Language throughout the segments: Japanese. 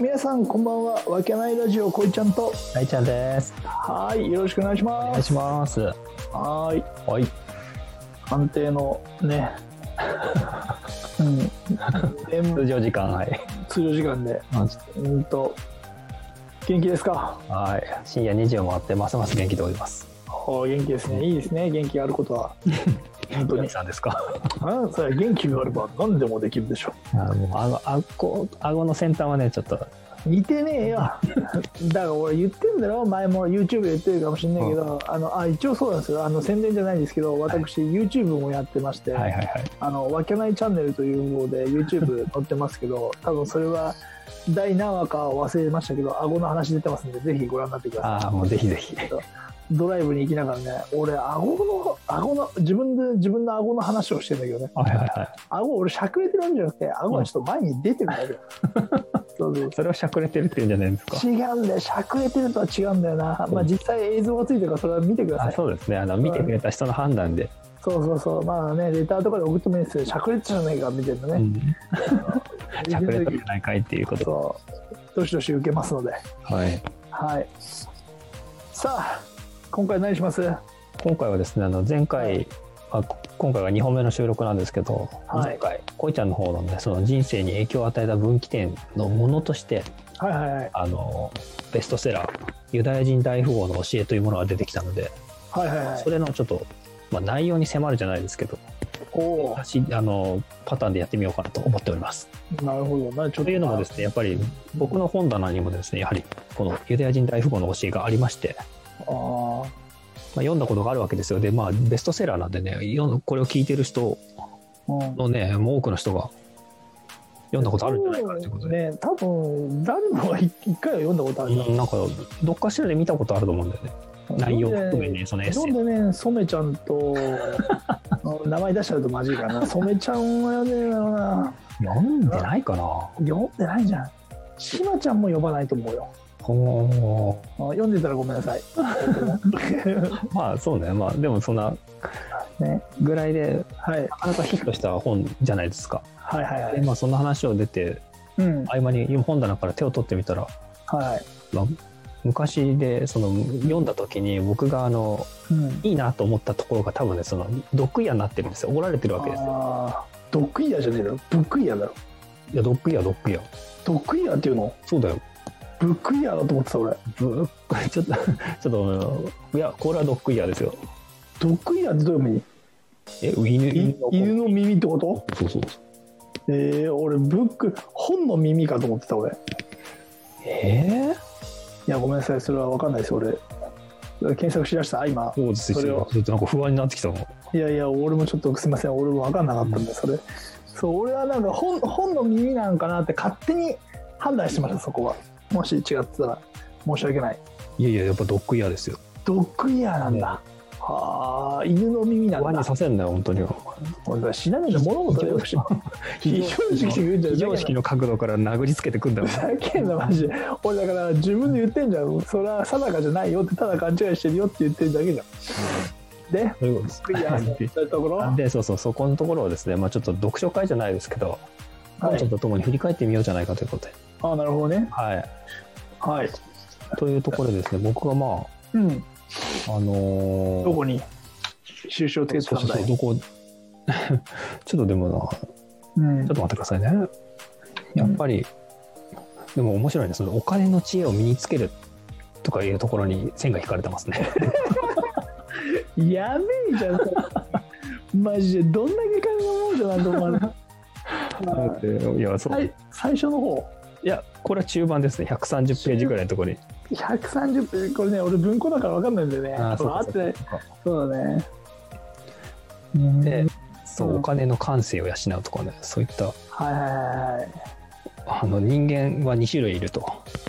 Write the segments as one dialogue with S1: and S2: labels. S1: 皆さんこんばんはわけないラジオこいちゃんと
S2: 大ちゃんです。
S1: はいよろしくお願いし
S2: お
S1: ま
S2: 願
S1: す
S2: いします。は
S1: はい
S2: い。
S1: 判定の ねうん
S2: 通常時間、はい。
S1: 通常時間でうんと元気ですか
S2: はい。深夜2時を回って、ますます元気でおります。
S1: お元気ですねいいですね元気があること は本当
S2: お
S1: に
S2: 兄さんですか
S1: うんそれは元気があれば何でもできるでしょ
S2: あもう顎顎、顎の先端はね、ちょっと、
S1: 似てねえよ だから俺言ってんだろ前も YouTube で言ってるかもしれないけど、あのあ一応そうなんですよあの宣伝じゃないんですけど私、YouTube もやってまして、
S2: はいはいはい。
S1: あのわけないチャンネルという方で YouTube 載ってますけど 多分それは第何話かは忘れましたけど顎の話出てますんでぜひご覧になってください
S2: ああ、もうぜひぜひ。
S1: ドライブに行きながらね俺顎の顎の自分で自分の顎の話をしてんだけどね
S2: はいはいはい。
S1: 顎俺しゃくれてるんじゃなくて顎がちょっと前に出てるだけ、 そうそう
S2: それをしゃくれてるっていうんじゃないですか。
S1: 違うんだよしゃくれてるとは違うんだよな、まあ、実際映像がついてるからそれは見てくださ
S2: あ
S1: い
S2: そうですね。あの、見てくれた人の判断で。
S1: そうそうそうまあねレターとかで送ってもいいんですけどしゃくれてたじゃないかみたいな
S2: う
S1: ね、
S2: ん。しゃくれてるじ
S1: る
S2: ゃないかいっていうこと。
S1: そうどしどし受けますので
S2: はい。
S1: はいさあ今回何しますは
S2: 今回はですね、あの、前回、あこ今回は2本目の収録なんですけど、
S1: はい
S2: 前回、こいちゃんの方のね、その人生に影響を与えた分岐点のものとして、
S1: いはいはい
S2: あのベストセラー「ユダヤ人大富豪の教え」というものが出てきたので
S1: はいはいはい
S2: それのちょっと、まあ、内容に迫るじゃないですけど
S1: おお
S2: 私あのパターンでやってみようかなと思っております。
S1: なるほどなちょっ
S2: というのもですねやっぱり僕の本棚にもですねやはりこのユダヤ人大富豪の教えがありまして、
S1: あー
S2: まあ、読んだことがあるわけですよでまあベストセラーなんでね読んこれを聞いてる人
S1: うん
S2: のねもう多くの人が読んだことあるんじゃないかなということで。
S1: ね多分誰もが一一回は読んだことあるな
S2: うんなんかどっかしらで見たことあると思うんだよね内容含めねそのエッセイ
S1: 読んでね、染ちゃんと、 あ名前出しちゃうとマジかな。染ちゃんは読んでねえだろうな。
S2: 読んでないかな
S1: 読んでないじゃん。しまちゃんも呼ばないと思うよ。
S2: ほー
S1: あ読んでたらごめんな さい。
S2: まあそうねまあでもそんな
S1: ね、
S2: ぐらいで
S1: はい、
S2: なかなかヒットした本じゃないですか。
S1: はいはいは
S2: で
S1: い。
S2: まあそんな話を出て
S1: うん、
S2: 合間に本棚から手を取ってみたら、
S1: は
S2: まあ、昔でその読んだ時に僕があの
S1: い。うん。
S2: いいなと思ったところが多分ねその毒矢になってるんですよ折られてるわけですよ。
S1: ああ、毒嫌じゃねえだろ。毒嫌だろ。
S2: いや毒矢毒矢
S1: 毒嫌っていうの
S2: そうだよ。
S1: 毒嫌だと思ってた俺。
S2: ぶちょっと ちょっといやこれは毒矢ですよ。
S1: 毒嫌ってどういう意味
S2: え犬
S1: い
S2: の
S1: 犬の耳ってこと
S2: そうそうそう。
S1: ええ俺、ブック、本の耳かと思ってた俺。
S2: ええ
S1: いや、ごめんなさい、それは分かんないです、俺。検索しだした、今。
S2: そうですよ
S1: それを
S2: ちょっとなんか不安になってきたの。
S1: いやいや、俺もちょっとすみません、俺も分かんなかったんで、それ。そう、俺はなんか本本の耳なんかなって勝手に判断してました、そこは。もし違ってたら、申し訳ない。
S2: いやいややっぱ毒矢ですよ。
S1: ドッグイヤーなんだ。はあ、犬の耳な
S2: 不
S1: ん
S2: 安に
S1: だ。
S2: させんなよ本当に。
S1: 俺は知らないで物事 でよくし。非常識って言うんじゃ
S2: 非常識の角度から殴りつけてくんだよ
S1: ふざけんなマジで俺だから自分で言ってんじゃんそれは定かじゃないよってただ勘違いしてるよって言ってるだけじゃんで
S2: そういうことです
S1: クリアしたところ
S2: なんでそうそうそこのところをですね、まあ、ちょっと読書会じゃないですけど、
S1: はい
S2: ちょっとともに振り返ってみようじゃないかということで、
S1: ああなるほどね
S2: はい、
S1: はい
S2: というところでですね僕はま
S1: うん
S2: ああのー
S1: どこに印をつけて
S2: そう
S1: たんだ
S2: そうそ
S1: いう
S2: どこ ちょっとでもなちょ
S1: うん
S2: っと待ってくださいねやっぱり、でも面白いねそのお金の知恵を身につけるとかいうところに線が引かれてますね
S1: やべえじゃんそ れマジでどんだけ金の亡者なんて思わないあ
S2: いやそう、、
S1: はいい最初の方
S2: やこれは中盤ですね130ページぐらいのところに
S1: 130分これね俺文庫だから分かんないんだよね
S2: ー
S1: そう合ってない
S2: そうか
S1: そうだね
S2: で
S1: うん
S2: そう、
S1: うん
S2: お金の感性を養うとかねそういった
S1: はいはい
S2: あの人間は2種類いると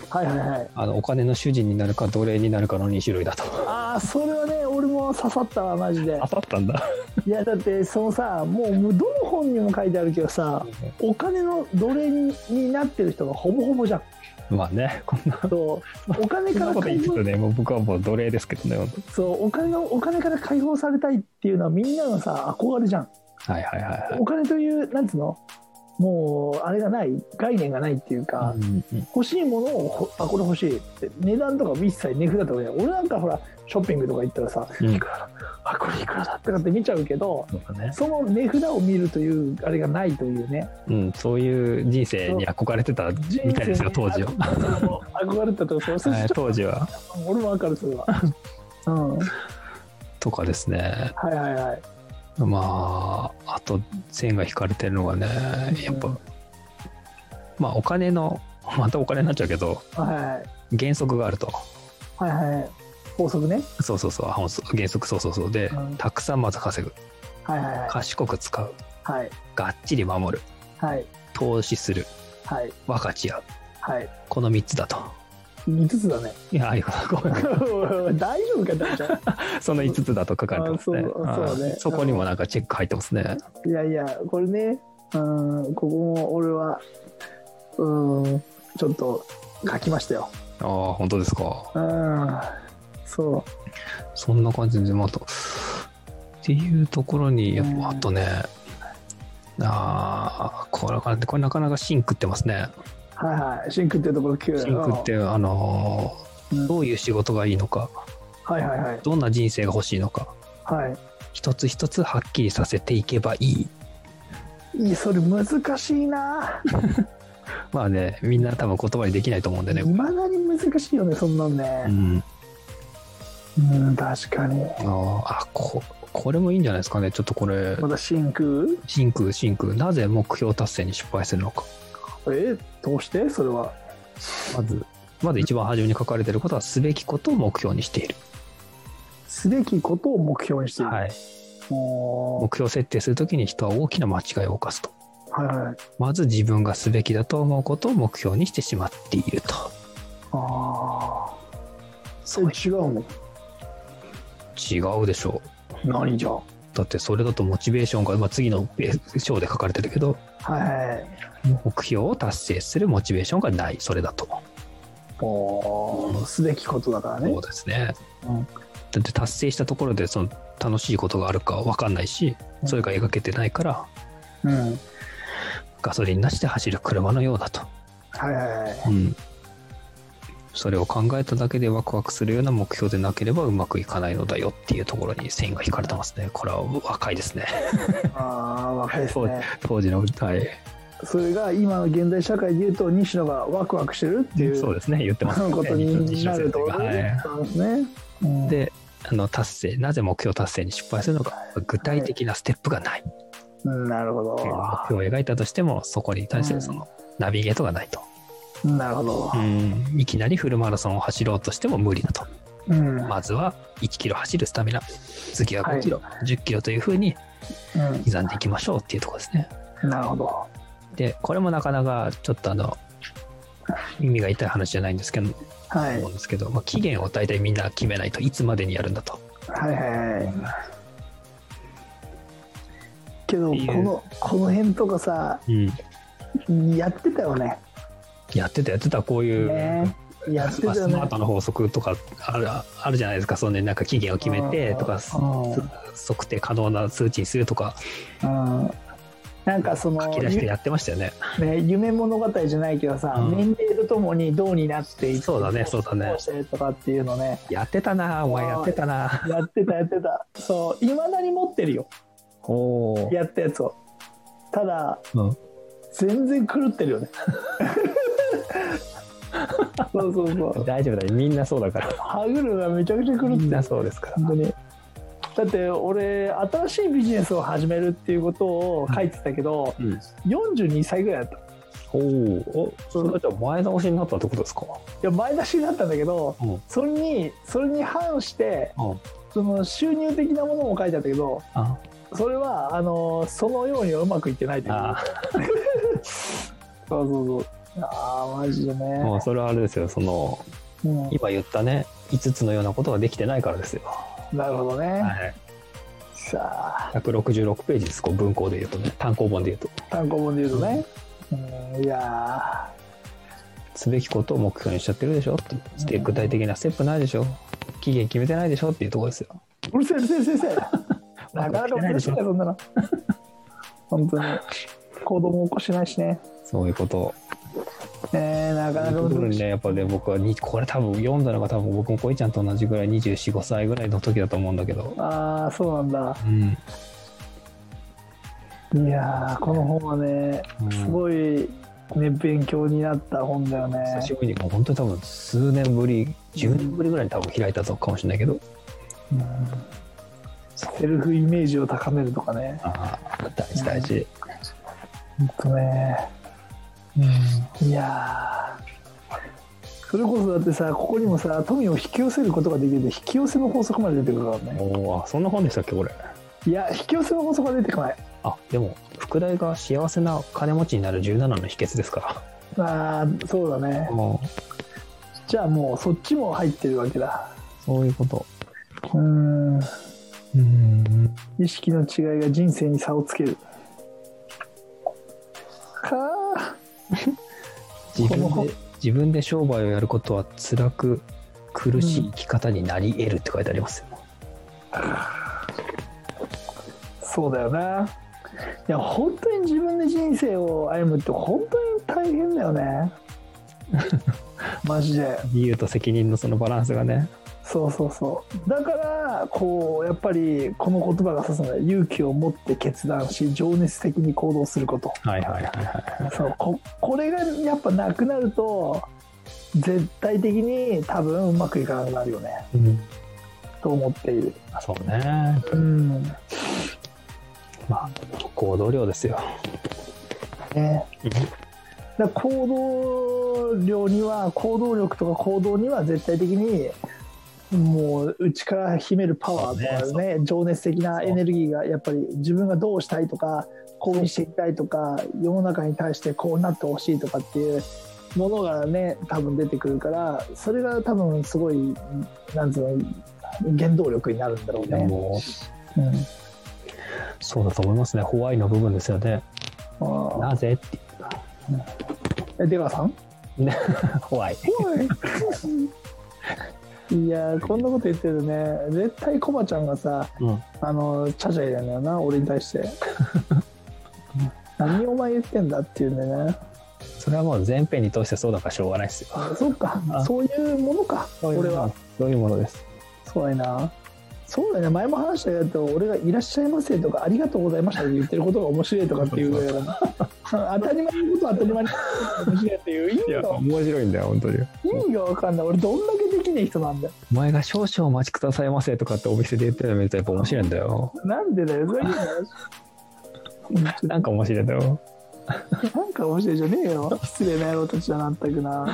S1: はいはいはいはいはい
S2: あのお金の主人になるか奴隷になるかの2種類だと
S1: ああそれはね俺も刺さったわマジで
S2: 当たったんだ
S1: いやだってそのさもうもうどの本にも書いてあるけどさお金の奴隷にになってる人がほぼほぼじゃん
S2: まあねこんな
S1: そうお金
S2: こ
S1: か
S2: んな
S1: ら
S2: こと
S1: 解
S2: 言って
S1: 放
S2: たねもう僕はもう奴隷ですけどね本
S1: そうお金のお金から解放されたいっていうのはみんなのさ憧れじゃん
S2: 当はいはいはいはい
S1: お金というなんつうのもうあれがない概念がないっていうか、
S2: うんうん
S1: 欲しいものをほあこれ欲しいって値段とか一切値札とかね俺なんかほらショッピングとか行ったらさ
S2: うん
S1: いくらだあこれいくらだってかって見ちゃうけど
S2: そうだね
S1: その値札を見るというあれがないというね
S2: うん、そういう人生に憧れてたみたいですよ当時は、
S1: は憧れてたとそそし
S2: は
S1: て
S2: い、当時は
S1: 俺もわかるそれはうんは
S2: とかですね
S1: いはいはい
S2: まああと線が引かれてるのがねやっぱ、まあお金の またお金になっちゃうけど
S1: はい
S2: 原則があると
S1: はいはいはい法則ね
S2: そうそうそうあほんそう原則そうそうそうで、
S1: うん
S2: たくさんまず稼ぐ
S1: はいはいはい
S2: 賢く使う
S1: はい
S2: がっちり守る
S1: はい
S2: 投資する
S1: はい
S2: 分かち合う
S1: はい
S2: この3つだと
S1: 5つだね
S2: いやありがとうごめん
S1: 大丈夫か大丈夫
S2: その5つだと書かれてますね
S1: あそうそうね
S2: あそこにもなんかチェック入ってますね
S1: いやいや、これね、うん、ここも俺は、うん、ちょっと書きましたよ。
S2: ああ本当ですか
S1: うん、そ
S2: そんな感じでまたっていうところにやっ
S1: うん
S2: ぱあとね、ああこれかこれなかなかシンクってますね
S1: う。はいはい。シンクっていうところ9。
S2: シンクってあのー
S1: うん
S2: どういう仕事がいいのか
S1: はいはいはい。
S2: どんな人生が欲しいのか
S1: は
S2: 一つ一つはっきりさせていけばいい
S1: い。いい、それ難しいな。
S2: まあねみんな多分言葉にできないと思うんでね
S1: いまだに難しいよね、そんなん
S2: う
S1: ね。
S2: ん
S1: うん、確かに。
S2: あーあここれもいいんじゃないですかねちょっとこれ
S1: またシンク
S2: 真空真空なぜ目標達成に失敗するのか
S1: えどうしてそれは。
S2: まずまず一番初めに書かれてることはすべきことを目標にしている、
S1: すべきことを目標にしている。
S2: はい、
S1: も
S2: 目標設定するときに人は大きな間違いを犯すと
S1: うはいはい。
S2: まず自分がすべきだと思うことを目標にしてしまっていると
S1: ああ。そ
S2: そう
S1: れ違うの
S2: 違うでしょう
S1: 何じゃ
S2: だってそれだとモチベーションが、まあ、次のページ章で書かれてるけど
S1: はいはい。
S2: 目標を達成するモチベーションがないそれだと
S1: おーすべきことだからね
S2: そうですね、
S1: うん
S2: だって達成したところでその楽しいことがあるか分かんないしそれが描けてないから
S1: うん
S2: ガソリンなしで走る車のようだと、
S1: はいはい はい
S2: うん、それを考えただけでワクワクするような目標でなければうまくいかないのだよっていうところに線が引かれてますねこれは若いですね
S1: ああ若いですね
S2: 当時のはい
S1: それが今の現代社会でいうと西野がワクワクしてるっていう
S2: そうですね言ってますね
S1: こと になると
S2: 西野先生がはい
S1: そうですねうん
S2: であの達成なぜ目標達成に失敗するのか具体的なステップがない、
S1: うんなるほど
S2: 目標を描いたとしてもそこに対するそのナビゲートがないと、
S1: なるほど
S2: うんいきなりフルマラソンを走ろうとしても無理だと
S1: うん
S2: まずは1キロ走るスタミナ次は5キロ、10キロというふうに
S1: う
S2: 刻んでいきましょうっていうところですね
S1: んなるほど
S2: でこれもなかなかちょっとあの耳が痛い話じゃないんですけど、
S1: はい
S2: 思うんですけど、まあ、期限を大体みんな決めないといつまでにやるんだと
S1: はいはいはいけど
S2: っ
S1: こ
S2: ていう
S1: のこの辺とかさ
S2: うん
S1: やってたよね
S2: やってたやってたこういう、
S1: ねやってた
S2: まあ
S1: よ
S2: スマー
S1: ね
S2: トの法則とかあるあるじゃないですかそのねなんか期限を決めてとか
S1: うんうん
S2: 測定可能な数値にするとか
S1: うんなんかその
S2: 書き出してやってましたよね
S1: ね、夢物語じゃないけどさ、
S2: うん
S1: 年齢とともにどうになっていって
S2: そうだねそうだね
S1: どうしてとかっていうのね
S2: やってたなお前やってたな
S1: やってたやってたそういまだに持ってるよ
S2: おお
S1: やったやつをただ
S2: うん
S1: 全然狂ってる よねそうそうそう
S2: 大丈夫だよみんなそう だから
S1: 歯車めちゃくちゃ狂ってる
S2: そうですから
S1: 本当にだって俺新しいビジネスを始めるっていうことを書いてたけど、
S2: うん
S1: 42歳ぐらいだった
S2: おおそれがじゃあ前倒しになったってことですか
S1: いや前出しになったんだけど、
S2: うん
S1: それにそれに反して
S2: うん
S1: その収入的なものも書いてあったけど
S2: あ
S1: それはあのそのようにはうまくいってないという
S2: あ
S1: そうそうそうああマジで
S2: ー
S1: ね
S2: もうそれはあれですよその
S1: うん、
S2: 今言ったね5つのようなことができてないからですよ、
S1: なるほどね、
S2: はい、
S1: さあ
S2: 166ページですこう文庫で言うとね単行本で言うと
S1: 単行本で言うとね、うん、いや
S2: すべきことを目標にしちゃってるでしょってで具体的なステップないでしょ期限決めてないでしょっていうところですよ
S1: ーうるせえ うるせえうるせえなかなか難しいねそんなの本当に行動も起こしてないしね。
S2: そういうこと。
S1: えー、なかなか
S2: ところ
S1: 難
S2: に
S1: しい。
S2: ね、やっぱね、僕はに、これ多分読んだのが多分僕もこいちゃんと同じぐらい24、5歳ぐらいの時だと思うんだけど。
S1: ああ、そうなんだ。
S2: うん。
S1: いやー、この本はね、
S2: うん
S1: すごい、ね、勉強になった本だよね。
S2: 久しぶりに、もう本当に多分数年ぶり、10年ぶりぐらいに多分開いたぞかもしれないけど。
S1: うんセルフイメージを高めるとかね。
S2: ああ、大事大事。
S1: ほんとね。いやーそれこそだってさ、ここにもさ、富を引き寄せることができるで、引き寄せの法則まで出てくるからね。
S2: おーあ、そんな本でしたっけ、これ。
S1: いや、引き寄せの法則は出てこない。
S2: あ、でも、副題が幸せな金持ちになる17の秘訣ですか
S1: ああ、そうだね
S2: ら。。も
S1: じゃあもう、そっちも入ってるわけだ。
S2: う、そういうこと。
S1: うん。
S2: うん。
S1: 意識の違いが人生に差をつける。か
S2: 自
S1: この
S2: 分
S1: 本
S2: で自分で商売をやることは辛く苦しい生き方になり得るって書いてありますよ、
S1: ーそうだよな。いや、本当に自分で人生を歩むって本当に大変だよね。マジで。
S2: 自由と責任のそのバランスがね
S1: そうそうそうだからこうやっぱりこの言葉が刺すのは勇気を持って決断し情熱的に行動すること
S2: はいはいはいはい
S1: そうここれがやっぱなくなると絶対的に多分うまくいかなくなるよね
S2: うん、
S1: と思っている
S2: あそうね
S1: うん
S2: まあ行動量ですよ
S1: ね
S2: うん
S1: だから行動量には行動力とか行動には絶対的にもう内から秘めるパワーとか
S2: そう
S1: ね情熱的なエネルギーがやっぱり自分がどうしたいとかこうしていきたいとか世の中に対してこうなってほしいとかっていうものがね多分出てくるからそれが多分すごいなんつうの原動力になるんだろう
S2: いや
S1: ね。
S2: も
S1: うん
S2: うそうだと思いますねホワイの部分ですよね
S1: あ
S2: なぜって
S1: ーえ出川さん
S2: ホワイ
S1: いやーこんなこと言ってるとね絶対コバちゃんがさ
S2: うん
S1: あのちゃちゃ入れんだよな俺に対して 何お前言ってんだっていうんでね
S2: それはもう全編に通してそうだからしょうがないですよ
S1: あそっか
S2: あ
S1: そういうものか俺は
S2: そういうものです
S1: そうやなそうだね前も話したやつ俺が「いらっしゃいませ」とか「ありがとうございました」って言ってることが面白いとかっていうぐらいだな 当たり前のことは当たり前に面白いっていう意味が
S2: 面白いんだよ本当に
S1: 意味が分かんない俺どんだけできねえ人なんだよ
S2: お前が少々お待ちくださいませとかってお店で言ってるの見るとやっぱ面白いんだよ
S1: なんでだよそれいいの
S2: なんか面白いだよ。
S1: なんか面白いじゃねえよ失礼な野郎たちだなったくな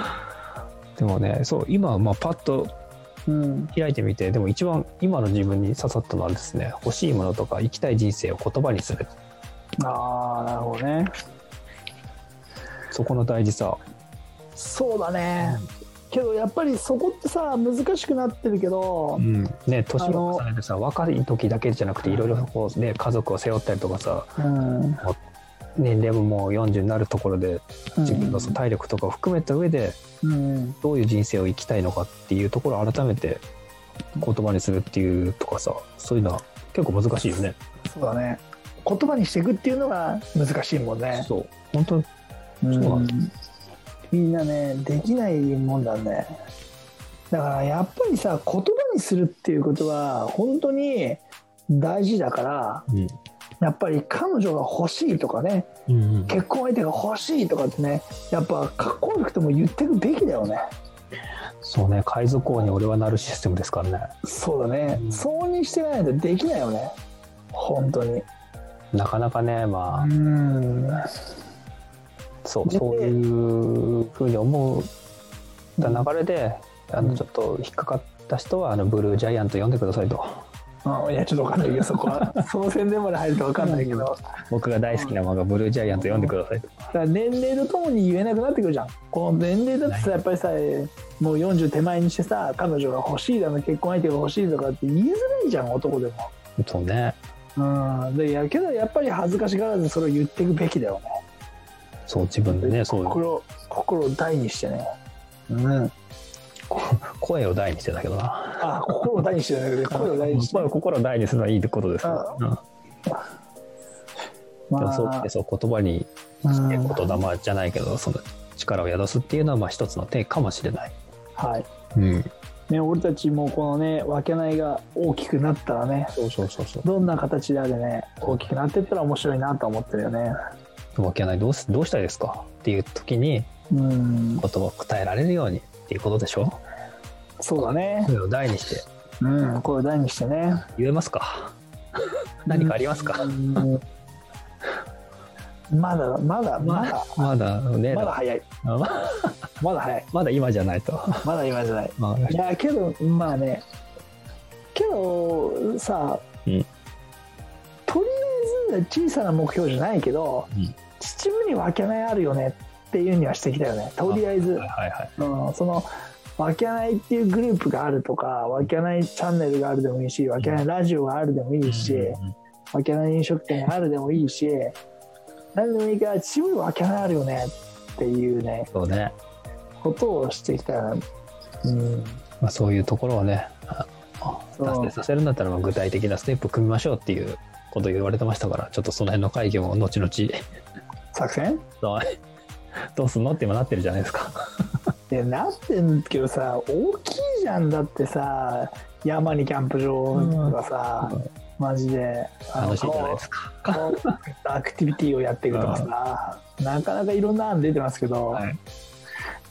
S2: でもね、そう、今、まあ、パッと
S1: うん
S2: 開いてみて、でも一番今の自分に刺さったのはですね、欲しいものとか生きたい人生を言葉にする。
S1: ああなるほどね
S2: そこの大事さ。
S1: そうだねけどやっぱりそこってさ難しくなってるけど、
S2: うん。ね、年を重ねてさ、若い時だけじゃなくて、いろいろこう、ね、家族を背負ったりとかさ、
S1: うん
S2: 年齢ももう40になるところで、自分のその
S1: う
S2: 体力とかを含めた上で、
S1: ん、
S2: どういう人生を生きたいのかっていうところを改めて言葉にするっていうとかさ、そういうのは結構難しいよね。
S1: そうだね言葉にしていくっていうのが難しいもんね
S2: そう。本当に
S1: うん
S2: そうなん
S1: みんなねできないもんだねだからやっぱりさ言葉にするっていうことは本当に大事だから
S2: うん
S1: やっぱり彼女が欲しいとかね
S2: うんうん、
S1: 結婚相手が欲しいとかってねやっぱかっこよくても言ってくべきだよね
S2: そうね海賊王に俺はなるシステムですからね
S1: そうだね、
S2: うん
S1: そうにしてないとできないよね本当に
S2: なかなかねまあ、
S1: ん
S2: そう
S1: で
S2: そういうふうに思った流れで、あ
S1: う
S2: の
S1: ん
S2: ちょっと引っかかった人はあのブルージャイアント読んでくださいと
S1: あいやちょっと分かんないけどそこはその宣伝まで入ると分かんないけどだか
S2: 僕が大好きな漫画ブルージャイアント読んでくださいと
S1: ら年齢とともに言えなくなってくるじゃんこの年齢だってさやっぱりさもう40手前にしてさ彼女が欲しいだの結婚相手が欲しいとかって言いづらいじゃん男で
S2: そうね
S1: もうんでやけどやっぱり恥ずかしがらずそれを言っていくべきだよね
S2: そう自分でねそう
S1: 心心を大にしてねうん
S2: 声を大にしてだけどな
S1: あ心を大にしてじゃなくて声を大にして
S2: まあ心を大にするのはいいってことですよ、うんでもそう
S1: まあ、
S2: そう言葉に
S1: うん
S2: 言霊じゃないけどその力を宿すっていうのはまあ一つの手かもしれない。
S1: はい
S2: うん、
S1: ね、俺たちもこのね分けないが大きくなったらね
S2: そうそうそうそう。
S1: どんな形であれね大きくなってったら面白いなと思ってるよね
S2: わけないどうすどうしたいですかっていう時に
S1: うん
S2: 言葉を答えられるようにっていうことでしょ。
S1: そうだね
S2: 声を大にして
S1: うんこれを大にしてね
S2: 言えますか。何かありますか。
S1: うんまだまだまだ
S2: まだね。
S1: まだ早い
S2: あま
S1: まだ早い
S2: まだ今じゃないと。
S1: まだ今じゃない
S2: まあ
S1: いやけどまあねけどさ、
S2: うん
S1: とりあえず小さな目標じゃないけど、
S2: うん
S1: 秩父に分けないあるよねっていうにはしてきたよねとりあえず
S2: はいはいはい。
S1: うん、その分けないっていうグループがあるとか分けないチャンネルがあるでもいいし分けないラジオがあるでもいいし、
S2: うん
S1: 分けない飲食店があるでもいいし何でもいいから秩父に分けないあるよねっていうね
S2: そうね。
S1: ことをしてきたよねうん
S2: まあそういうところをね。あ
S1: そう
S2: 達成させるんだったらまあ具体的なステップ組みましょうっていうことを言われてましたからちょっとその辺の会議も後々
S1: 作戦
S2: どうどうすんのって今なってるじゃないですか。
S1: いやなってんけどさ大きいじゃんだってさ山にキャンプ場とかさ、
S2: うん
S1: マジで
S2: 楽しいじゃないですか。
S1: 川を使ったアクティビティをやっていくとかさ、なかなかいろんな案出てますけど、
S2: はい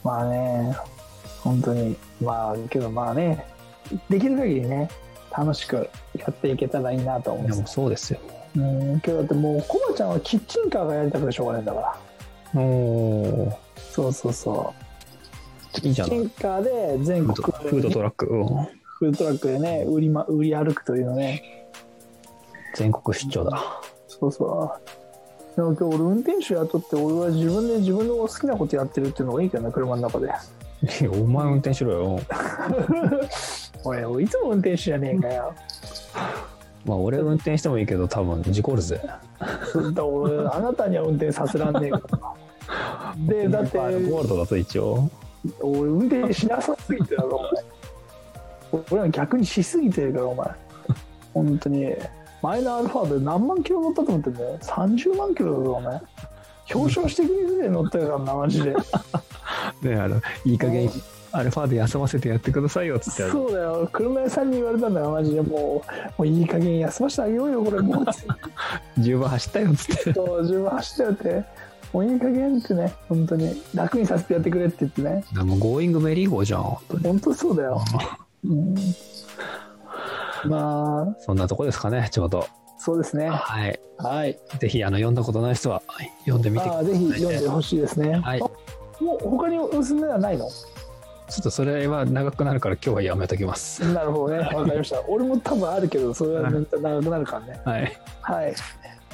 S1: まあね本当にまあけどまあねできる限りね楽しくやっていけたらいいなと思い
S2: い
S1: ま
S2: やも
S1: す
S2: うそうですよ。
S1: うんけどだってもうコバちゃんはキッチンカーがやりたくてしょうがないんだから
S2: おお
S1: そうそうそう
S2: いいじゃな
S1: キ
S2: い
S1: ッチンカーで全
S2: フー
S1: 国
S2: ドフードトラックうん
S1: フードトラックでね売り,、ま、売り歩くというのね
S2: 全国出張だ。
S1: そうそうでも今日俺運転手雇って俺は自分で自分の好きなことやってるっていうのがいいけどね車の中で
S2: いや お前運転しろよ。
S1: おいいつも運転手じゃねえかよ
S2: まあ俺運転してもいいけど多分事故るぜ。
S1: だから俺あなたには運転させらんねえからでだって
S2: ゴールドだと一応。
S1: 俺運転しなさすぎてだろお前俺は逆にしすぎてるからお前本当にマイナーアルファで何万キロ乗ったと思ってんだよ30万キロだぞお前表彰してくれるぐらい乗ったよなマジで
S2: ねあのいい加減
S1: も
S2: アルファで休ませてやってくださいよっつってあの
S1: そうだよ車屋さんに言われたんだよマジでもうもういい加減休ませてあげようよこれもうつっ
S2: 十分走ったよっつって
S1: と自分走ってよってもういい加減ってね本当に楽にさせてやってくれって言ってね
S2: もうゴーイングメリーゴーじゃん本当に
S1: 本当そうだよ、うん、まあ
S2: そんなとこですかねちょうど
S1: そうですね
S2: はい
S1: はい
S2: ぜひあの読んだことない人は読んでみてくだ
S1: あ
S2: さ
S1: あぜひ読んでほしいですね、
S2: はい
S1: あもう他におすすめはないの
S2: いちょっとそれは長くなるから今日はやめときます
S1: なるほどねわかりました 俺も多分あるけどそれは絶対長くなるからね
S2: はい
S1: はい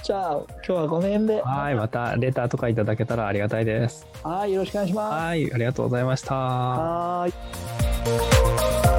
S1: じゃあ今日はこの辺で
S2: はいまたレターとかいただけたらありがたいです
S1: はいよろしくお願いします
S2: はいありがとうございました
S1: はーい